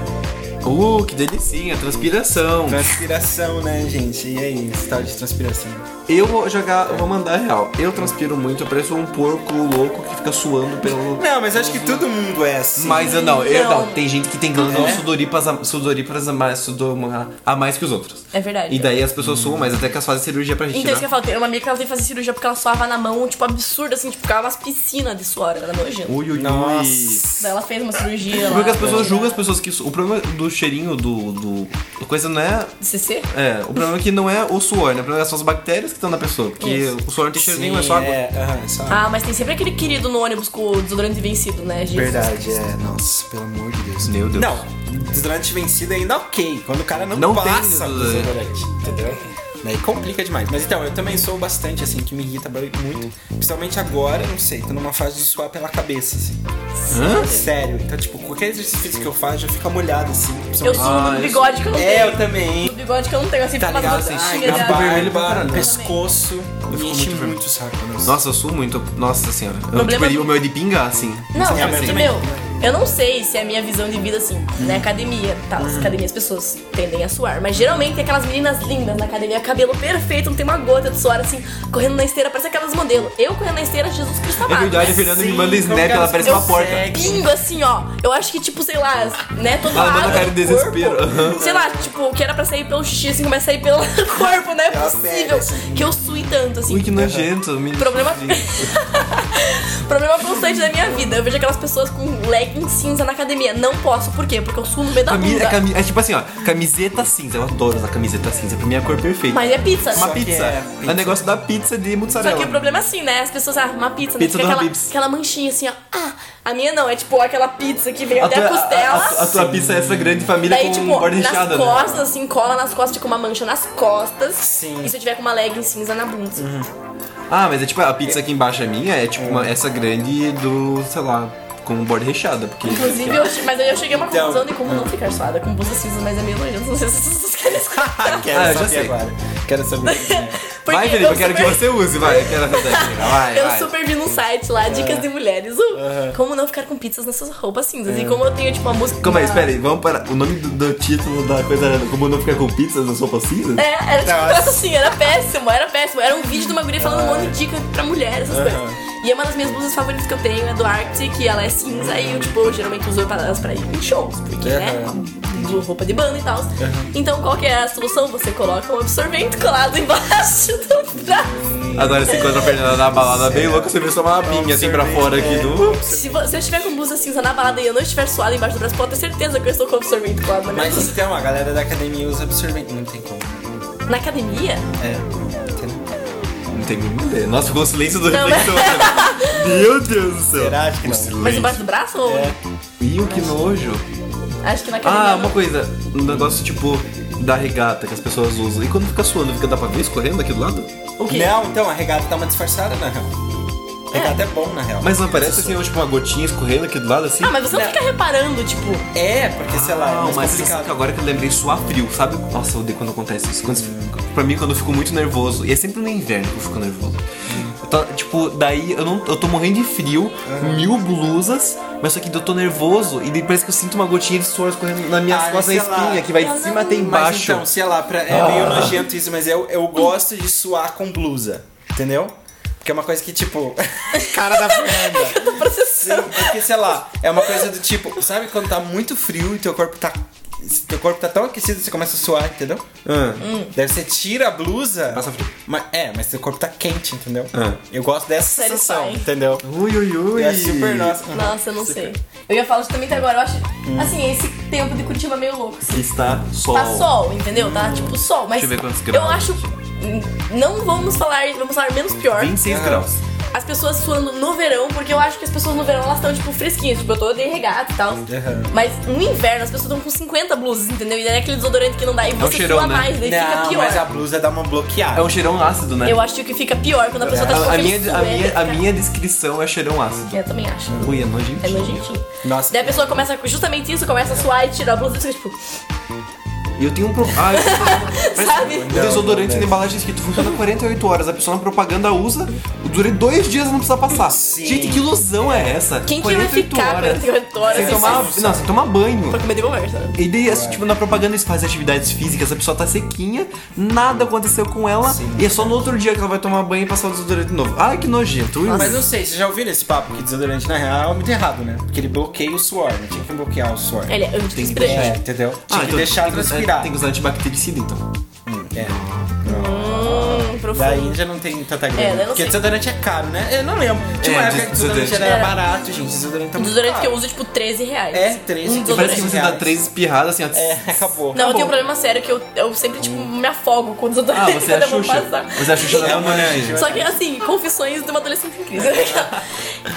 [SPEAKER 4] Uh, que delicinha, transpiração.
[SPEAKER 2] Transpiração, né, gente? E aí, esse tal de transpiração?
[SPEAKER 4] Eu vou jogar, eu vou mandar real. Eu transpiro muito, eu pareço um porco louco que fica suando pelo.
[SPEAKER 2] Não, mas acho que todo mundo é assim.
[SPEAKER 4] Mas eu não, eu
[SPEAKER 3] Não.
[SPEAKER 4] não. Tem gente que tem glândulas
[SPEAKER 2] É?
[SPEAKER 4] sudoríparas, a, sudoríparas a, mais, sudoma- a mais que os outros.
[SPEAKER 3] É verdade.
[SPEAKER 4] E daí as pessoas suam, mas até que elas fazem cirurgia pra gente.
[SPEAKER 3] Então, isso que
[SPEAKER 4] né?
[SPEAKER 3] eu falo, tem uma amiga que ela tem que fazer cirurgia porque ela suava na mão, tipo, absurda, assim, tipo, ficava umas piscinas de suor, era nojento.
[SPEAKER 4] Ui, ui, ui.
[SPEAKER 2] Nossa.
[SPEAKER 3] Daí ela fez uma cirurgia lá.
[SPEAKER 4] Porque as pessoas julgam as pessoas que. su- O problema do cheirinho do. do do coisa não é.
[SPEAKER 3] CC?
[SPEAKER 4] É, o problema é que não é o suor, né? O problema são as bactérias que estão na pessoa. Porque
[SPEAKER 3] Isso.
[SPEAKER 4] o suor não tem cheiro nenhum, é só água.
[SPEAKER 2] É, aham, é só água.
[SPEAKER 3] Ah, mas tem sempre aquele querido no ônibus com o desodorante vencido, né, gente?
[SPEAKER 2] Verdade, é. Nossa, pelo amor de Deus.
[SPEAKER 4] Meu Deus.
[SPEAKER 2] Não, desodorante vencido é ainda ok. Quando o cara não,
[SPEAKER 4] Não tem
[SPEAKER 2] passa o
[SPEAKER 4] desodorante.
[SPEAKER 2] desodorante, entendeu? Daí complica demais. Mas então, eu também sou bastante assim, que me irrita muito. Principalmente agora, não sei, tô numa fase de suar pela cabeça, assim.
[SPEAKER 4] Hã?
[SPEAKER 2] Sério. Então, tipo, qualquer exercício físico que eu faço já fica molhado, assim.
[SPEAKER 3] Eu
[SPEAKER 2] principalmente-
[SPEAKER 3] sou
[SPEAKER 4] Ah,
[SPEAKER 3] no
[SPEAKER 4] isso.
[SPEAKER 3] bigode que eu não
[SPEAKER 2] É, eu
[SPEAKER 3] tenho.
[SPEAKER 2] também.
[SPEAKER 3] No bigode que eu não tenho, assim,
[SPEAKER 2] Tá
[SPEAKER 3] uma
[SPEAKER 2] ligado?
[SPEAKER 3] gotinha
[SPEAKER 2] Ai,
[SPEAKER 3] de
[SPEAKER 2] na
[SPEAKER 3] água.
[SPEAKER 4] vermelho pra
[SPEAKER 2] barba,
[SPEAKER 4] caralho.
[SPEAKER 2] pescoço. Me enche
[SPEAKER 4] muito vermelho.
[SPEAKER 2] muito o saco. né? nossa.
[SPEAKER 4] Nossa, eu suo muito. Nossa senhora. Eu,
[SPEAKER 3] Problema
[SPEAKER 4] tipo,
[SPEAKER 3] do-
[SPEAKER 4] O meu é de pingar, assim.
[SPEAKER 3] Não,
[SPEAKER 2] É, mas
[SPEAKER 3] porque,
[SPEAKER 2] também.
[SPEAKER 3] meu, eu não sei se é a minha visão de vida assim, né? Academia, tá? As academias, as pessoas tendem a suar. Mas geralmente tem aquelas meninas lindas na academia, cabelo perfeito, não tem uma gota de suor, assim, correndo na esteira, parece aquelas modelos. Eu correndo na esteira, Jesus Cristo
[SPEAKER 4] É
[SPEAKER 3] amado. né?
[SPEAKER 4] verdade, a Fernanda me
[SPEAKER 2] Sim,
[SPEAKER 4] manda
[SPEAKER 2] como
[SPEAKER 4] snap,
[SPEAKER 2] que
[SPEAKER 4] ela
[SPEAKER 2] elas
[SPEAKER 4] parece uma porta.
[SPEAKER 2] conseguem?
[SPEAKER 3] pingo assim, ó. Eu acho que, tipo, sei lá, né? Toda
[SPEAKER 4] Ela
[SPEAKER 3] a
[SPEAKER 4] manda
[SPEAKER 3] água
[SPEAKER 4] Ah, cara
[SPEAKER 3] do
[SPEAKER 4] de desespero.
[SPEAKER 3] corpo, Sei lá, tipo, o que era pra sair pelo xixi, assim, começa a sair pelo corpo, não é
[SPEAKER 2] Ela pega,
[SPEAKER 3] possível
[SPEAKER 2] assim.
[SPEAKER 3] que eu sui tanto, assim.
[SPEAKER 4] Ui, que nojento. me-
[SPEAKER 3] Problema- Problema constante da minha vida. Eu vejo aquelas pessoas com legging cinza na academia. Não posso, por quê? Porque eu sumo no meio da
[SPEAKER 4] Cami-
[SPEAKER 3] bunda.
[SPEAKER 4] é, cami- é tipo assim, ó. Camiseta cinza. Eu adoro usar camiseta cinza. Pra mim é a cor perfeita.
[SPEAKER 3] Mas é pizza,
[SPEAKER 4] Uma
[SPEAKER 3] né?
[SPEAKER 2] que
[SPEAKER 4] pizza.
[SPEAKER 2] é
[SPEAKER 4] É,
[SPEAKER 2] pizza.
[SPEAKER 4] o negócio da pizza de
[SPEAKER 3] Só que o
[SPEAKER 4] mussarela.
[SPEAKER 3] problema é assim, né? As pessoas, ah, uma pizza, né?
[SPEAKER 4] Pizza
[SPEAKER 3] Fica
[SPEAKER 4] do
[SPEAKER 3] aquela,
[SPEAKER 4] Habib's.
[SPEAKER 3] aquela manchinha assim, ó. Ah, a minha não, é tipo aquela pizza que vem até a
[SPEAKER 4] a,
[SPEAKER 3] é costela.
[SPEAKER 4] a tua pizza é essa grande família
[SPEAKER 3] Daí,
[SPEAKER 4] com
[SPEAKER 3] tipo,
[SPEAKER 4] borda
[SPEAKER 3] nas
[SPEAKER 4] recheada, né?
[SPEAKER 3] costas, assim, cola nas costas, tipo, uma mancha nas costas.
[SPEAKER 2] Sim.
[SPEAKER 3] E se eu tiver com uma legging cinza na bunda.
[SPEAKER 4] Ah, mas é tipo, a pizza aqui embaixo é minha, é tipo uma, essa grande do, sei lá, com borda recheada. Porque,
[SPEAKER 3] Inclusive, eu, che- mas aí eu cheguei a uma
[SPEAKER 2] Então,
[SPEAKER 3] conclusão de como não ficar suada com blusa cinza, mas é meio nojento. Não sei se vocês querem escutar.
[SPEAKER 2] Quero
[SPEAKER 4] Ah, eu já
[SPEAKER 2] saber
[SPEAKER 4] sei.
[SPEAKER 2] agora. Quero saber.
[SPEAKER 3] Porque
[SPEAKER 4] vai, Felipe, eu quero
[SPEAKER 3] super-
[SPEAKER 4] que você use, vai. Eu quero essa técnica, vai,
[SPEAKER 3] Eu
[SPEAKER 4] vai. É.
[SPEAKER 3] super vi num site lá, dicas de mulheres. Uh, Como não ficar com pizzas nessas roupas cinzas.
[SPEAKER 4] É.
[SPEAKER 3] E como eu tenho, tipo, uma música.
[SPEAKER 4] Calma aí,
[SPEAKER 3] uma-
[SPEAKER 4] espera aí, vamos parar. O nome do, do título da coisa era Como não ficar com pizzas na sopa cinza?
[SPEAKER 3] É, era tipo um
[SPEAKER 2] Nossa.
[SPEAKER 3] troço assim, era péssimo, era péssimo. Era um vídeo de uma guria falando um monte de dica pra mulher, essas coisas. E é uma das minhas blusas favoritas que eu tenho, é do Arctic, que ela é cinza e eu, tipo, eu geralmente uso pra elas pra ir em shows, porque, né, do roupa de banda e tal. Então, qual que é a solução? Você coloca um absorvente colado embaixo do braço.
[SPEAKER 4] Agora você encontra a Fernanda na balada bem louca, você vê só uma pinha assim pra fora aqui do.
[SPEAKER 3] Se, vo- se eu estiver com blusa cinza na balada e eu não estiver suada embaixo do braço, pode ter certeza que eu estou com absorvente colado na minha
[SPEAKER 2] Mas
[SPEAKER 3] blusa.
[SPEAKER 2] então, a galera da academia usa absorvente. Não tem como.
[SPEAKER 3] Na academia?
[SPEAKER 2] É. entendeu?
[SPEAKER 4] Não tem nenhuma ideia. Nossa, ficou o silêncio do
[SPEAKER 3] Não,
[SPEAKER 4] reflexão. né? Meu Deus do céu.
[SPEAKER 2] Será? Acho que
[SPEAKER 4] O
[SPEAKER 3] Mas
[SPEAKER 2] não.
[SPEAKER 4] silêncio.
[SPEAKER 3] embaixo do braço? Ou...
[SPEAKER 4] Ih, que nojo.
[SPEAKER 3] Acho que na academia.
[SPEAKER 4] Ah,
[SPEAKER 3] não.
[SPEAKER 4] uma coisa, um negócio tipo da regata que as pessoas usam. E quando fica suando, fica dá pra ver escorrendo aqui do lado?
[SPEAKER 3] O quê?
[SPEAKER 2] Não, então a regata tá uma disfarçada, na real. É que é até bom, na real.
[SPEAKER 4] Mas não parece assim, tipo, uma gotinha escorrendo aqui do lado assim?
[SPEAKER 3] Ah, mas você não fica reparando, tipo,
[SPEAKER 2] É, porque, sei lá, é
[SPEAKER 4] Não,
[SPEAKER 2] mais
[SPEAKER 4] mas você sabe que
[SPEAKER 2] complicado.
[SPEAKER 4] agora que eu lembrei suar frio, sabe? Nossa, eu odeio quando acontece isso. Quando, pra mim, quando eu fico muito nervoso, e é sempre no inverno que eu fico nervoso. Eu tô- tipo, daí eu, não, eu tô morrendo de frio, mil blusas, mas só que eu tô nervoso e daí parece que eu sinto uma gotinha de suor escorrendo na minha
[SPEAKER 2] Ah,
[SPEAKER 4] costas, na
[SPEAKER 2] sei lá.
[SPEAKER 4] espinha, que vai de cima até
[SPEAKER 2] Mas
[SPEAKER 4] embaixo. Ah.
[SPEAKER 2] então, sei lá, pra- é meio nojento isso, mas eu, eu gosto de suar com blusa, entendeu? Porque é uma coisa que, tipo. Cara da Fernanda.
[SPEAKER 3] tô processando.
[SPEAKER 2] Porque, sei lá, é uma coisa do tipo, sabe quando tá muito frio e teu corpo tá. Teu corpo tá tão aquecido que você começa a suar, entendeu?
[SPEAKER 4] Ah.
[SPEAKER 2] Daí você Hum. tira a blusa.
[SPEAKER 4] Passa frio.
[SPEAKER 2] Mas, é, mas seu corpo tá quente, entendeu?
[SPEAKER 4] Ah.
[SPEAKER 2] Eu gosto dessa
[SPEAKER 3] Satisfying.
[SPEAKER 2] sensação, entendeu?
[SPEAKER 4] Ui, ui, ui.
[SPEAKER 2] É super nossa.
[SPEAKER 3] Nossa, eu não sei. Eu ia falar justamente agora, eu acho.
[SPEAKER 4] Hum.
[SPEAKER 3] Assim, esse tempo de Curitiba é meio louco, assim.
[SPEAKER 4] Está sol.
[SPEAKER 3] Tá sol, entendeu? Tá tipo sol, mas.
[SPEAKER 4] Hum. Deixa eu ver quantos
[SPEAKER 3] Eu
[SPEAKER 4] graus.
[SPEAKER 3] acho. Não vamos falar. Vamos falar menos pior.
[SPEAKER 4] 26 graus.
[SPEAKER 3] As pessoas suando no verão, porque eu acho que as pessoas no verão elas estão, tipo, fresquinhas. Tipo, eu tô de regata e tal.
[SPEAKER 4] Uhum.
[SPEAKER 3] Mas no inverno as pessoas estão com 50 blusas, entendeu? E daí é aquele desodorante que não dá e você
[SPEAKER 4] cheirão,
[SPEAKER 3] sua
[SPEAKER 4] né?
[SPEAKER 3] mais, daí fica
[SPEAKER 2] Não,
[SPEAKER 3] pior.
[SPEAKER 2] mas a blusa dá uma bloqueada.
[SPEAKER 4] É um cheirão ácido, né?
[SPEAKER 3] Eu acho que fica pior quando a pessoa tá com
[SPEAKER 4] a, a minha,
[SPEAKER 3] aquele
[SPEAKER 4] a,
[SPEAKER 3] suéter,
[SPEAKER 4] minha, a
[SPEAKER 3] fica-
[SPEAKER 4] minha descrição é cheirão ácido.
[SPEAKER 3] Eu também acho.
[SPEAKER 4] Ui, é nojentinho.
[SPEAKER 3] É nojentinho.
[SPEAKER 2] Nossa.
[SPEAKER 3] Daí a pessoa começa, justamente isso, começa a suar e tirar a blusa e fica tipo,
[SPEAKER 4] E eu tenho um problema. Ah, eu tenho um problema. Parece
[SPEAKER 3] Sabe?
[SPEAKER 4] que O desodorante na embalagem escrito funciona 48 horas. A pessoa na propaganda usa, durante dois dias não precisa passar.
[SPEAKER 2] Sim.
[SPEAKER 4] Gente, que ilusão é essa?
[SPEAKER 3] quem que vai ficar 48 horas
[SPEAKER 4] Sem
[SPEAKER 3] sem
[SPEAKER 4] tomar,
[SPEAKER 3] sair?
[SPEAKER 4] não, sem tomar banho.
[SPEAKER 3] pra comer de conversa? né?
[SPEAKER 4] E daí, assim, tipo, na propaganda eles fazem atividades físicas, a pessoa tá sequinha,
[SPEAKER 2] Hum.
[SPEAKER 4] nada aconteceu com ela, e é só no outro dia que ela vai tomar banho e passar o desodorante de novo. Ai, que nojento. Ui,
[SPEAKER 2] Mas não sei, vocês já ouviram esse papo que desodorante na real é muito errado, né? Porque ele bloqueia o suor, né? Tinha que bloquear o suor.
[SPEAKER 3] Ele é
[SPEAKER 2] É,
[SPEAKER 3] antiperspirante.
[SPEAKER 2] entendeu? Tinha que
[SPEAKER 4] então
[SPEAKER 2] deixar
[SPEAKER 4] tem que usar-
[SPEAKER 2] transpirar.
[SPEAKER 4] Tem que usar antibactericida, então.
[SPEAKER 2] É.
[SPEAKER 3] Hum,
[SPEAKER 2] Daí
[SPEAKER 3] profundo.
[SPEAKER 2] já não tem tanta grana.
[SPEAKER 3] É, daí não
[SPEAKER 2] Porque
[SPEAKER 3] sei.
[SPEAKER 2] desodorante é caro, né? Eu não lembro. Tinha uma
[SPEAKER 4] É,
[SPEAKER 2] época que desodorante era
[SPEAKER 4] desodorante.
[SPEAKER 3] Era.
[SPEAKER 2] barato, gente. Desodorante tá
[SPEAKER 3] O
[SPEAKER 2] muito
[SPEAKER 3] desodorante que eu
[SPEAKER 2] caro.
[SPEAKER 3] uso é tipo 13 reais.
[SPEAKER 2] É, 13.
[SPEAKER 3] Um
[SPEAKER 4] Parece que
[SPEAKER 3] desodorante.
[SPEAKER 4] você dá três espirradas assim, ó.
[SPEAKER 2] É,
[SPEAKER 3] Não, eu
[SPEAKER 2] acabou.
[SPEAKER 3] tenho um
[SPEAKER 2] Acabou.
[SPEAKER 3] problema sério que eu, eu sempre, tipo, me afogo com o
[SPEAKER 4] Hum. Ah,
[SPEAKER 3] desodorante
[SPEAKER 4] você é
[SPEAKER 3] quando
[SPEAKER 4] a
[SPEAKER 3] eu vou
[SPEAKER 4] Xuxa.
[SPEAKER 3] passar.
[SPEAKER 4] Você é a Xuxa da
[SPEAKER 2] É uma
[SPEAKER 4] Harmonia.
[SPEAKER 2] Xuxa.
[SPEAKER 3] Só que, assim, confissões de uma adolescente em crise. né?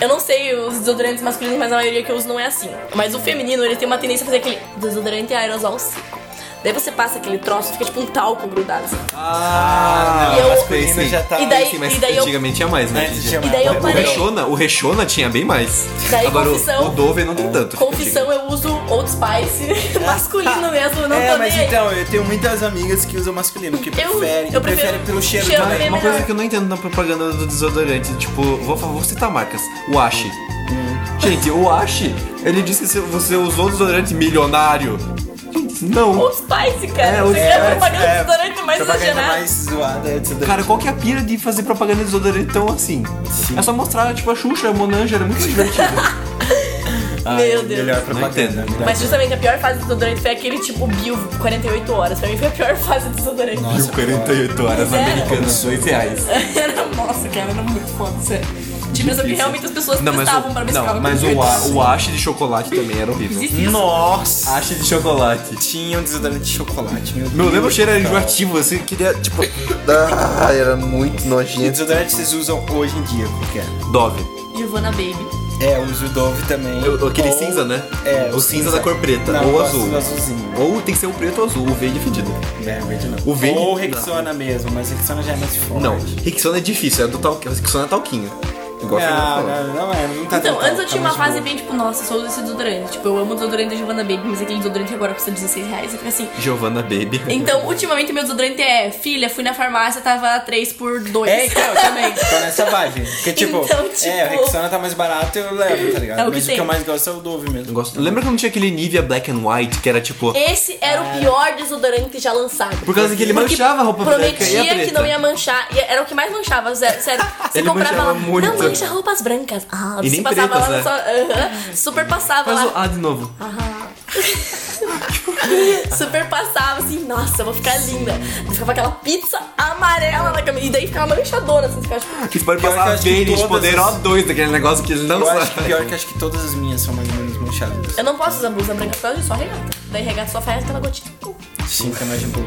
[SPEAKER 3] Eu não sei os desodorantes masculinos, mas a maioria que eu uso não é assim. Mas o feminino, ele tem uma tendência a fazer aquele desodorante aerosol seco. Daí você passa aquele troço, fica tipo um talco grudado. assim.
[SPEAKER 4] Ah,
[SPEAKER 3] E eu-
[SPEAKER 4] mas foi isso aí.
[SPEAKER 2] já tá...
[SPEAKER 3] E daí-
[SPEAKER 4] Sim, mas
[SPEAKER 3] e daí eu-
[SPEAKER 4] antigamente tinha mais, né?
[SPEAKER 2] Antes
[SPEAKER 4] Gigi?
[SPEAKER 2] tinha mais.
[SPEAKER 3] E daí eu
[SPEAKER 4] O
[SPEAKER 3] parei.
[SPEAKER 4] Rexona, o Rexona tinha bem mais.
[SPEAKER 3] Daí,
[SPEAKER 4] Agora o-
[SPEAKER 3] confissão-
[SPEAKER 4] o Dove não tem tanto.
[SPEAKER 3] Confissão, eu uso Old Spice masculino mesmo, eu não
[SPEAKER 2] é,
[SPEAKER 3] tô
[SPEAKER 2] mas
[SPEAKER 3] nem aí.
[SPEAKER 2] então, eu tenho muitas amigas que usam masculino, que preferem, que
[SPEAKER 3] eu prefiro
[SPEAKER 2] preferem pelo cheiro,
[SPEAKER 3] cheiro
[SPEAKER 2] também.
[SPEAKER 3] mesmo.
[SPEAKER 4] Uma coisa
[SPEAKER 3] é melhor.
[SPEAKER 4] que eu não entendo na propaganda do desodorante, tipo, vou, fa- vou citar marcas. O Ashi. Gente, o Ashi, ele disse que se você usou desodorante milionário. Gente, Não.
[SPEAKER 3] Old Spice,
[SPEAKER 4] É,
[SPEAKER 3] cara. É,
[SPEAKER 4] Old
[SPEAKER 3] Você é,
[SPEAKER 4] Spice,
[SPEAKER 3] propaganda
[SPEAKER 2] É,
[SPEAKER 3] de desodorante mais
[SPEAKER 2] propaganda
[SPEAKER 3] exagerada.
[SPEAKER 2] mais zoada é desodorante.
[SPEAKER 4] Cara, qual que é a pira de fazer propaganda de desodorante tão assim? É só mostrar, tipo, a Xuxa, a Monange, era muito divertido.
[SPEAKER 3] Meu Deus.
[SPEAKER 2] Melhor
[SPEAKER 4] entendo.
[SPEAKER 2] propaganda. né?
[SPEAKER 3] Mas justamente a pior fase do desodorante foi aquele tipo Bio 48 horas. Pra mim foi a pior fase do desodorante.
[SPEAKER 4] Viu 48 horas
[SPEAKER 3] Zero.
[SPEAKER 4] americanas, 2 reais.
[SPEAKER 3] Era, nossa, cara, era muito foda, sério. Tipo, essa que
[SPEAKER 4] Difícil.
[SPEAKER 3] realmente as pessoas
[SPEAKER 4] Não, mas
[SPEAKER 3] prestavam
[SPEAKER 4] o,
[SPEAKER 3] pra ver se
[SPEAKER 4] não,
[SPEAKER 3] ficava
[SPEAKER 4] mas
[SPEAKER 3] com
[SPEAKER 4] o, a-
[SPEAKER 3] verde.
[SPEAKER 4] o hash de chocolate também era horrível.
[SPEAKER 3] Existe isso.
[SPEAKER 2] Nossa!
[SPEAKER 4] Hash de chocolate.
[SPEAKER 2] Tinha um desodorante de chocolate,
[SPEAKER 4] Meu,
[SPEAKER 2] meu Deus
[SPEAKER 4] lembro o
[SPEAKER 2] do
[SPEAKER 4] cheiro era
[SPEAKER 2] céu.
[SPEAKER 4] enjoativo, assim, queria, tipo... Ah, era muito
[SPEAKER 2] Que
[SPEAKER 4] nojento.
[SPEAKER 2] desodorante vocês usam hoje em dia, porque
[SPEAKER 4] Dove.
[SPEAKER 3] Giovanna Baby.
[SPEAKER 2] é, eu uso o Dove também.
[SPEAKER 4] Eu- aquele
[SPEAKER 2] Ou-
[SPEAKER 4] cinza, né?
[SPEAKER 2] É,
[SPEAKER 4] O cinza da cor preta,
[SPEAKER 2] Não,
[SPEAKER 4] ou
[SPEAKER 2] eu gosto
[SPEAKER 4] azul.
[SPEAKER 2] do azulzinho.
[SPEAKER 4] Ou tem que ser o preto ou azul, o verde é fedido.
[SPEAKER 2] É, verde não.
[SPEAKER 4] O verde-
[SPEAKER 2] Ou Rexona mesmo, mas Rexona já é mais forte.
[SPEAKER 4] Não, Rixona é difícil, é do tal, Rixona é talquinho. Igual a Fernanda
[SPEAKER 2] Não,
[SPEAKER 4] falou.
[SPEAKER 2] não, não é, não tá
[SPEAKER 3] Então,
[SPEAKER 2] tão-
[SPEAKER 3] antes eu tinha
[SPEAKER 2] tá
[SPEAKER 3] uma
[SPEAKER 2] mais
[SPEAKER 3] fase
[SPEAKER 2] boa.
[SPEAKER 3] bem tipo, nossa, só uso esse desodorante. Tipo, eu amo o desodorante da Giovanna Baby, mas aquele desodorante agora custa 16 reais. Eu fico assim.
[SPEAKER 4] Giovanna Baby.
[SPEAKER 3] Então, ultimamente meu desodorante é, filha, fui na farmácia, tava 3 por 2.
[SPEAKER 2] É, então, eu também. Tô nessa vibe. Porque, tipo,
[SPEAKER 3] Então, tipo-
[SPEAKER 2] é, o Rexona tá mais barato eu levo, tá ligado?
[SPEAKER 3] É o que
[SPEAKER 2] Mas o
[SPEAKER 3] tem.
[SPEAKER 2] que eu mais gosto é o Dove mesmo.
[SPEAKER 4] Eu gosto- Lembra quando tinha aquele Nivea Black and White, que era tipo...
[SPEAKER 3] Esse era o pior desodorante já lançado.
[SPEAKER 4] Por causa que ele
[SPEAKER 3] Porque
[SPEAKER 4] manchava a roupa branca e a
[SPEAKER 3] Prometia que
[SPEAKER 4] preta.
[SPEAKER 3] não ia manchar. E era o que mais manchava, sé- sério. Você
[SPEAKER 4] Ele
[SPEAKER 3] comprava
[SPEAKER 4] manchava
[SPEAKER 3] lá,
[SPEAKER 4] muito.
[SPEAKER 3] Não mancha roupas brancas. Ah,
[SPEAKER 4] E
[SPEAKER 3] você
[SPEAKER 4] nem
[SPEAKER 3] passava
[SPEAKER 4] pretas,
[SPEAKER 3] lá na
[SPEAKER 4] né?
[SPEAKER 3] sua. aham, super passava
[SPEAKER 4] Faz
[SPEAKER 3] lá.
[SPEAKER 4] o A de novo.
[SPEAKER 2] Ah.
[SPEAKER 3] Super passava assim, nossa, eu vou ficar linda. Ficava aquela pizza amarela na camisa. E daí ficava manchadona, assim, ficava tipo.
[SPEAKER 4] Que pode
[SPEAKER 2] Pior que eu
[SPEAKER 4] passar
[SPEAKER 2] acho que
[SPEAKER 4] verde, tipo,
[SPEAKER 2] todas-
[SPEAKER 4] poder O2 daquele negócio que ele não
[SPEAKER 2] Eu acho que
[SPEAKER 4] sabe.
[SPEAKER 2] pior é que acho que todas as minhas são mais ou menos manchadas.
[SPEAKER 3] Eu não posso usar blusa branca por causa disso, só regata. Daí regata só faz aquela gotinha.
[SPEAKER 2] Sim, fica é mais de boa.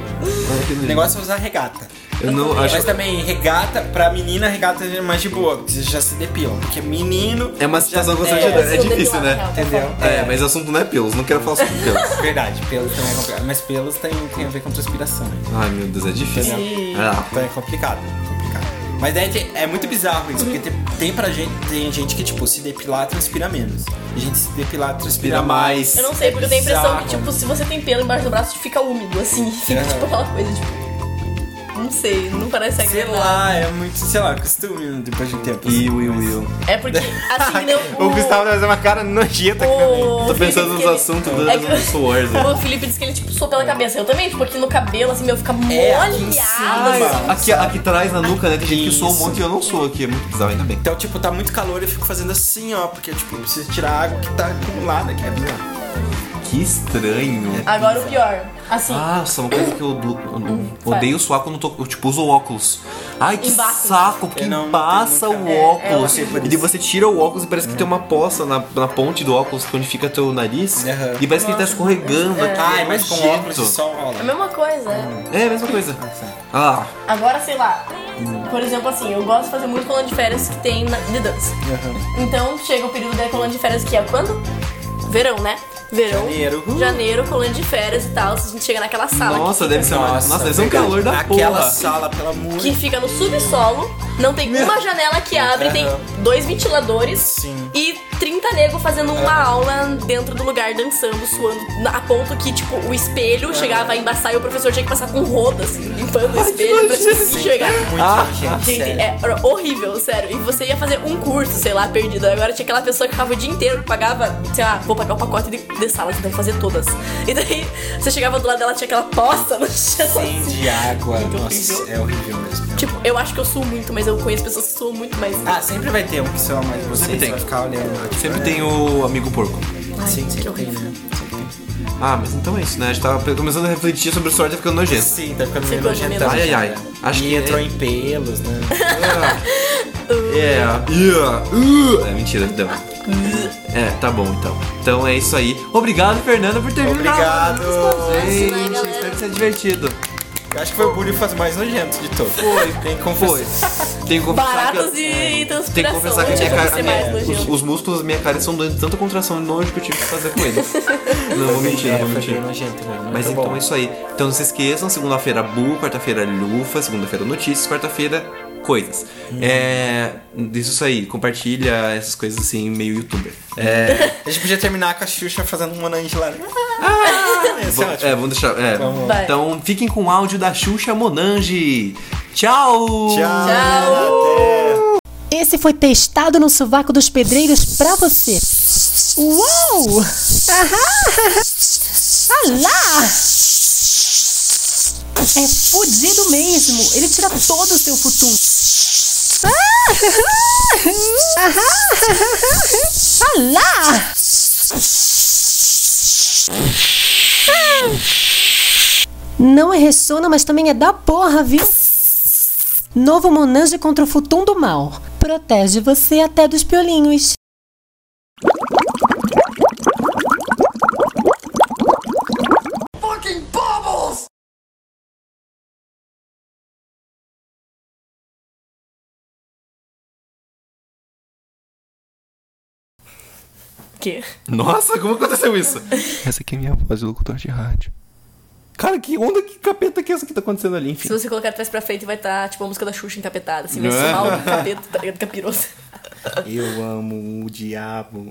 [SPEAKER 2] O negócio é usar regata.
[SPEAKER 4] Eu não acho
[SPEAKER 2] Mas também, regata, pra menina, regata é mais de boa. Você já se depilam. Porque menino.
[SPEAKER 4] É uma situação
[SPEAKER 3] Eu
[SPEAKER 4] constrangedora, é
[SPEAKER 3] sou
[SPEAKER 4] difícil,
[SPEAKER 3] depilar,
[SPEAKER 4] né?
[SPEAKER 3] real,
[SPEAKER 2] Entendeu?
[SPEAKER 4] É, mas o assunto não é pelos, não quero falar sobre pelos.
[SPEAKER 2] Verdade, pelos também é complicado. Mas pelos tem, tem a ver com transpiração. né?
[SPEAKER 4] Ai meu Deus, é difícil.
[SPEAKER 2] Sim.
[SPEAKER 4] Ah,
[SPEAKER 2] Então é complicado. complicado. Mas daí te- é muito bizarro isso, porque te- tem pra gente, tem gente que, tipo, se depilar transpira menos. A gente se depilar transpira
[SPEAKER 4] Transpira mais.
[SPEAKER 2] mais.
[SPEAKER 3] Eu não sei, porque eu tenho a impressão que,
[SPEAKER 2] Bizarro.
[SPEAKER 3] tipo, se você tem pelo embaixo do braço, fica úmido, assim. Fica,
[SPEAKER 2] Aham.
[SPEAKER 3] tipo, aquela coisa, tipo... Não sei, não parece
[SPEAKER 2] Sei
[SPEAKER 3] agradável.
[SPEAKER 2] lá, é muito, sei lá, costume né, depois de um tempo.
[SPEAKER 4] E o Will Will.
[SPEAKER 3] É porque, assim, não...
[SPEAKER 5] O Gustavo tá fazendo uma cara nojenta aqui pra mim.
[SPEAKER 3] o
[SPEAKER 4] Tô
[SPEAKER 3] Felipe
[SPEAKER 4] pensando nos
[SPEAKER 3] disse que ele-
[SPEAKER 4] assuntos
[SPEAKER 3] É
[SPEAKER 4] do
[SPEAKER 3] que-
[SPEAKER 4] do Swords.
[SPEAKER 3] O Felipe disse que ele, tipo, sopou pela cabeça. Eu também, tipo, aqui no cabelo, assim, meu, fica
[SPEAKER 2] É, aqui em
[SPEAKER 3] molhado.
[SPEAKER 2] cima.
[SPEAKER 3] assim.
[SPEAKER 4] Ah, Aqui, aqui atrás na nuca, né? Tem gente que soa um
[SPEAKER 2] Isso.
[SPEAKER 4] monte e eu não sou aqui. É muito bizarro, ainda bem.
[SPEAKER 2] Então, tipo, tá muito calor e eu fico fazendo assim, ó, porque, tipo, eu preciso tirar a água que tá acumulada aqui. É bizarro.
[SPEAKER 4] Que estranho.
[SPEAKER 3] Agora o pior, assim...
[SPEAKER 4] Ah, Nossa, uma coisa que eu, do- eu odeio suar quando tô, eu, tipo, uso o óculos. Ai, que
[SPEAKER 3] Embaça.
[SPEAKER 4] saco, porque
[SPEAKER 2] Eu não- não
[SPEAKER 4] passa
[SPEAKER 2] tenho
[SPEAKER 4] o
[SPEAKER 2] nunca.
[SPEAKER 3] É, é
[SPEAKER 4] óculos.
[SPEAKER 2] horrível.
[SPEAKER 4] e daí você tira o óculos e parece que tem uma poça na, na ponte do óculos, onde fica teu nariz.
[SPEAKER 2] Aham.
[SPEAKER 4] E parece que ele tá escorregando aqui.
[SPEAKER 2] Ai,
[SPEAKER 4] é
[SPEAKER 2] mas com
[SPEAKER 4] nojento.
[SPEAKER 2] óculos de sol rola.
[SPEAKER 3] É a mesma coisa, é.
[SPEAKER 4] É a mesma coisa. Ah,
[SPEAKER 3] Agora, sei lá, por exemplo, assim, eu gosto de fazer muito colônia de férias que tem na, de dança. Então, chega o período da colônia de férias que é quando? Verão, né? Verão.
[SPEAKER 2] Janeiro. Uh.
[SPEAKER 3] Janeiro, colônia de férias e tal. A gente chega naquela sala
[SPEAKER 4] Ah, nossa, deve ser uma, nossa, deve ser um
[SPEAKER 2] verdade.
[SPEAKER 4] calor da
[SPEAKER 2] Aquela
[SPEAKER 4] porra.
[SPEAKER 2] sala, pelo amor
[SPEAKER 3] que, que fica no subsolo. Não tem uma janela que abre, tem dois ventiladores
[SPEAKER 2] Sim.
[SPEAKER 3] e 30 negros fazendo uma aula dentro do lugar, dançando, suando, na- a ponto que, tipo, o espelho chegava a embaçar e o professor tinha que passar com roda, assim, limpando o espelho pra conseguir chegar.
[SPEAKER 2] Muito
[SPEAKER 4] Ah,
[SPEAKER 2] nojento,
[SPEAKER 3] Gente,
[SPEAKER 2] sério.
[SPEAKER 3] é horrível, sério. E você ia fazer um curso, sei lá, perdido. Agora tinha aquela pessoa que ficava o dia inteiro, que pagava, sei lá, vou pagar o pacote de, de salas, então vou fazer todas. E daí você chegava do lado dela, tinha aquela poça no chão.
[SPEAKER 2] Tem de água.
[SPEAKER 3] Muito
[SPEAKER 2] Nossa,
[SPEAKER 3] horrível.
[SPEAKER 2] é horrível mesmo.
[SPEAKER 3] Tipo, eu acho que eu suo muito, mas eu conheço pessoas que suam muito mais.
[SPEAKER 2] Ah, sempre vai ter um que só mais você.
[SPEAKER 4] Sempre tem.
[SPEAKER 2] Você vai ficar olhando. Tipo,
[SPEAKER 4] Sempre tem o amigo porco.
[SPEAKER 3] Ai,
[SPEAKER 2] né?
[SPEAKER 3] que horrível.
[SPEAKER 4] Ah, mas então é isso, né? A gente tava começando a refletir sobre o Sword e ficando nojento.
[SPEAKER 2] Sim, tá ficando meio
[SPEAKER 3] Ficou de
[SPEAKER 2] nojentão.
[SPEAKER 4] medo. Ai, ai, ai.
[SPEAKER 2] já, né?
[SPEAKER 4] Acho
[SPEAKER 2] e
[SPEAKER 4] que- é-
[SPEAKER 2] entrou em pelos, né?
[SPEAKER 4] Yeah. Yeah. Uh. É mentira, não. É, tá bom então. Então é isso aí. Obrigado, Fernanda, por ter vindo. É
[SPEAKER 2] Obrigado.
[SPEAKER 4] Gente,
[SPEAKER 3] Né, galera?
[SPEAKER 4] espero que tenha divertido.
[SPEAKER 2] Eu acho que foi o bullying faz mais nojento de todos. Foi, tem que confessar.
[SPEAKER 4] Foi. Tenho que confessar que, eu-
[SPEAKER 3] Baratas e transpiração.
[SPEAKER 4] tenho que, confessar que a
[SPEAKER 3] né?
[SPEAKER 4] minha
[SPEAKER 3] Tinha
[SPEAKER 4] cara, a
[SPEAKER 3] ser mais
[SPEAKER 4] minha- os,
[SPEAKER 3] nojento.
[SPEAKER 4] os músculos da minha cara estão doendo de tanta contração de nojo que eu tive que fazer com eles. não vou mentir,
[SPEAKER 2] É,
[SPEAKER 4] não vou
[SPEAKER 2] foi
[SPEAKER 4] mentir.
[SPEAKER 2] bem nojento mesmo.
[SPEAKER 4] Mas
[SPEAKER 2] Muito
[SPEAKER 4] então
[SPEAKER 2] bom.
[SPEAKER 4] é isso aí. Então não se esqueçam, segunda-feira Bu, quarta-feira Lufa, segunda-feira Notícias, quarta-feira Coisas.
[SPEAKER 2] Uhum.
[SPEAKER 4] É. Isso aí, compartilha essas coisas assim, meio youtuber. É.
[SPEAKER 2] A gente podia terminar com a Xuxa fazendo um anão gelado. Ah, Esse é
[SPEAKER 4] Vamos-
[SPEAKER 2] ótimo.
[SPEAKER 4] é, vamos deixar. é.
[SPEAKER 2] Vamos
[SPEAKER 3] lá.
[SPEAKER 4] Então fiquem com o áudio da Xuxa Monange. Tchau!
[SPEAKER 2] Tchau.
[SPEAKER 3] Tchau.
[SPEAKER 2] Até.
[SPEAKER 6] Esse foi testado no sovaco dos pedreiros pra você. Uau! Aham! Alá! É fudido mesmo. Ele tira todo o seu futum. Ah! Aham! Alá! Não é ressona, mas também é da porra, viu? Novo Monange contra o Futum do Mal. Protege você até dos piolinhos.
[SPEAKER 3] Que?
[SPEAKER 4] Nossa, como aconteceu isso?
[SPEAKER 7] Essa aqui é minha voz de locutor de rádio.
[SPEAKER 4] Cara, que onda, que capeta que é essa que tá acontecendo ali, enfim.
[SPEAKER 3] Se você colocar atrás pra frente, vai estar tipo a música da Xuxa encapetada, assim, vai
[SPEAKER 4] Não é?
[SPEAKER 3] tá ser mal do capeta, tá ligado? Capiroso.
[SPEAKER 5] Eu amo o diabo.